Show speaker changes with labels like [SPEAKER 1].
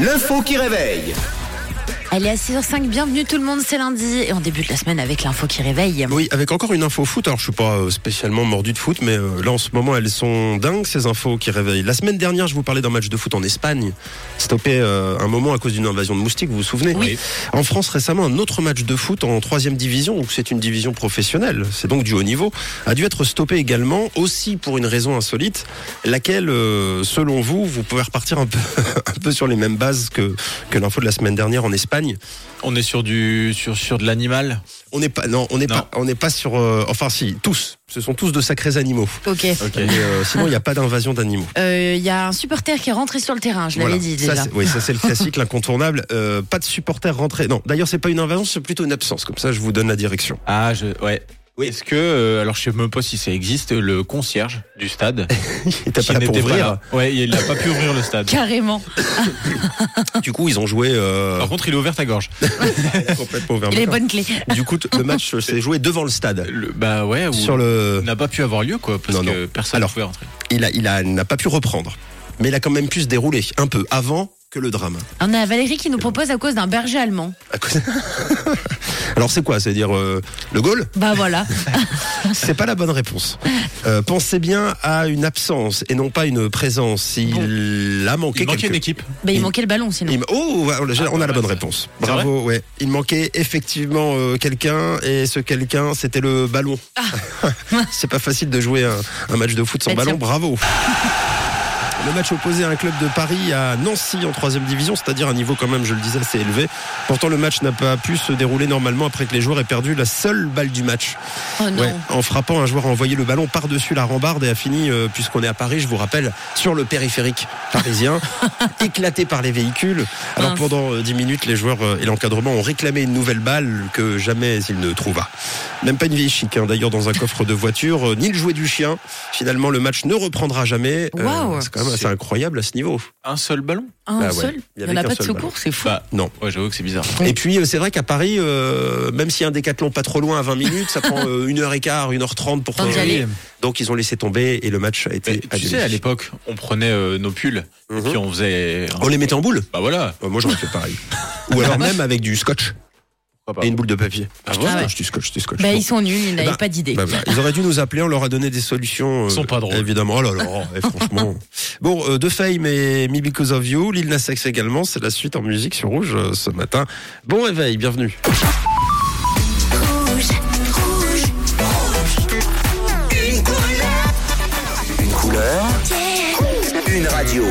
[SPEAKER 1] L'info qui réveille.
[SPEAKER 2] Elle est à 6h05, bienvenue tout le monde, c'est lundi et on débute la semaine avec l'info qui réveille.
[SPEAKER 3] Oui, avec encore une info foot. Alors, je suis pas euh, spécialement mordu de foot, mais euh, là, en ce moment, elles sont dingues, ces infos qui réveillent. La semaine dernière, je vous parlais d'un match de foot en Espagne, stoppé euh, un moment à cause d'une invasion de moustiques, vous vous souvenez
[SPEAKER 2] Oui.
[SPEAKER 3] En France, récemment, un autre match de foot en troisième division, donc c'est une division professionnelle, c'est donc du haut niveau, a dû être stoppé également, aussi pour une raison insolite, laquelle, euh, selon vous, vous pouvez repartir un peu, un peu sur les mêmes bases que, que l'info de la semaine dernière en Espagne.
[SPEAKER 4] On est sur du sur sur de l'animal.
[SPEAKER 3] On n'est pas, non, on n'est
[SPEAKER 4] Non.
[SPEAKER 3] pas, on n'est pas sur. euh, enfin, si, tous. Ce sont tous de sacrés animaux.
[SPEAKER 2] Ok. Euh,
[SPEAKER 4] Ok.
[SPEAKER 3] Mais, euh, sinon, il n'y a pas d'invasion d'animaux.
[SPEAKER 2] Il y a un supporter qui est rentré sur le terrain, je l'avais
[SPEAKER 3] Voilà.
[SPEAKER 2] dit
[SPEAKER 3] Ça,
[SPEAKER 2] déjà.
[SPEAKER 3] c'est- oui, ça c'est le classique, l'incontournable. Euh, pas de supporters rentrés. Non, d'ailleurs, c'est pas une invasion, c'est plutôt une absence. Comme ça, je vous donne la direction.
[SPEAKER 4] Ah je ouais. Est-ce que euh, alors je sais même pas si ça existe le concierge du stade.
[SPEAKER 3] Et t'as
[SPEAKER 4] qui
[SPEAKER 3] pas là pour
[SPEAKER 4] n'était pas
[SPEAKER 3] ouvrir.
[SPEAKER 4] là. Ouais, il a pas pu ouvrir le stade.
[SPEAKER 2] Carrément.
[SPEAKER 3] Du coup, ils ont joué euh,
[SPEAKER 4] Par contre, il a ouvert ta gorge.
[SPEAKER 3] complètement ouvert.
[SPEAKER 2] Les bonnes clés.
[SPEAKER 3] Du coup, t- le match euh, s'est joué devant le stade.
[SPEAKER 4] Le- bah ouais. Ou,
[SPEAKER 3] Sur le,
[SPEAKER 4] N'a pas pu avoir lieu quoi parce
[SPEAKER 3] Non, non.
[SPEAKER 4] que personne ne
[SPEAKER 3] Alors.
[SPEAKER 4] pouvait rentrer.
[SPEAKER 3] il a, il a, n'a pas pu reprendre, mais il a quand même pu se dérouler un peu avant que le drame.
[SPEAKER 2] On a Valérie qui nous propose à cause d'un berger allemand.
[SPEAKER 3] À cause- Alors c'est quoi C'est-à-dire euh, le goal
[SPEAKER 2] Bah voilà.
[SPEAKER 3] C'est pas la bonne réponse. Euh, pensez bien à une absence et non pas une présence. Il a manqué
[SPEAKER 4] Il manquait
[SPEAKER 3] quelque-
[SPEAKER 4] une équipe.
[SPEAKER 2] Bah il
[SPEAKER 3] Il-
[SPEAKER 2] manquait le ballon sinon.
[SPEAKER 3] Il- Oh, on a, on a la
[SPEAKER 4] ouais,
[SPEAKER 3] bonne
[SPEAKER 4] ça-
[SPEAKER 3] réponse.
[SPEAKER 4] c'est
[SPEAKER 3] Bravo, ouais. Il manquait effectivement euh, quelqu'un et ce quelqu'un, c'était le ballon.
[SPEAKER 4] Ah.
[SPEAKER 3] C'est pas facile de jouer un, un match de foot sans
[SPEAKER 2] Bah,
[SPEAKER 3] ballon.
[SPEAKER 2] tiens.
[SPEAKER 3] Bravo. Le match opposé à un club de Paris à Nancy en troisième division, c'est-à-dire un niveau quand même, je le disais, assez élevé. Pourtant, le match n'a pas pu se dérouler normalement après que les joueurs aient perdu la seule balle du match.
[SPEAKER 2] Oh non.
[SPEAKER 3] Ouais, en frappant, un joueur a envoyé le ballon par-dessus la rambarde et a fini, euh, puisqu'on est à Paris, je vous rappelle, sur le périphérique parisien, éclaté par les véhicules. Alors
[SPEAKER 2] Mince.
[SPEAKER 3] pendant euh, 10 minutes, les joueurs euh, et l'encadrement ont réclamé une nouvelle balle que jamais il ne trouva. Même pas une vieille chic, hein, d'ailleurs, dans un coffre de voiture, euh, ni le jouet du chien. Finalement, le match ne reprendra jamais. Euh,
[SPEAKER 2] Wow.
[SPEAKER 3] c'est quand même assez
[SPEAKER 4] C'est-
[SPEAKER 3] incroyable à ce niveau.
[SPEAKER 4] Un seul ballon.
[SPEAKER 2] Un
[SPEAKER 3] Bah ouais.
[SPEAKER 2] seul.
[SPEAKER 3] Il y
[SPEAKER 2] Il
[SPEAKER 3] avait
[SPEAKER 2] n'y en a
[SPEAKER 3] qu'un
[SPEAKER 2] pas de
[SPEAKER 3] seul
[SPEAKER 2] secours, c'est fou.
[SPEAKER 4] Bah
[SPEAKER 3] Non.
[SPEAKER 4] Ouais, j'avoue que c'est bizarre.
[SPEAKER 3] Et puis euh, c'est vrai qu'à Paris, euh, même s'il y a un décathlon pas trop loin à 20 minutes, ça prend euh, une heure et quart, une heure trente pour
[SPEAKER 2] Temps d'y
[SPEAKER 3] trouver.
[SPEAKER 2] aller.
[SPEAKER 3] Donc ils ont laissé tomber et le match a été
[SPEAKER 4] Mais tu sais,
[SPEAKER 3] annulé.
[SPEAKER 4] à l'époque, on prenait euh, nos pulls
[SPEAKER 3] Mhm.
[SPEAKER 4] et puis on faisait.
[SPEAKER 3] On les mettait en boule
[SPEAKER 4] Bah voilà.
[SPEAKER 3] Euh, Moi j'aurais fait pareil. Ou alors même avec du scotch
[SPEAKER 4] Pourquoi pas.
[SPEAKER 3] et une boule de papier.
[SPEAKER 4] Ah
[SPEAKER 3] je
[SPEAKER 4] ouais
[SPEAKER 3] dis- je dis scotch, je dis scotch.
[SPEAKER 2] Bah
[SPEAKER 3] Bon.
[SPEAKER 2] ils sont nuls, ils n'avaient
[SPEAKER 3] bah,
[SPEAKER 2] pas d'idée.
[SPEAKER 3] Bah voilà. Ils auraient dû nous appeler, on leur a donné des solutions.
[SPEAKER 4] Ils sont pas drôles.
[SPEAKER 3] Évidemment. Oh là là, eh, franchement. Bon, euh, De Fame et Me Because of You, Lil Nas X également, c'est la suite en musique sur Rouge euh, ce matin. Bon réveil, bienvenue.
[SPEAKER 1] Une couleur. Une radio.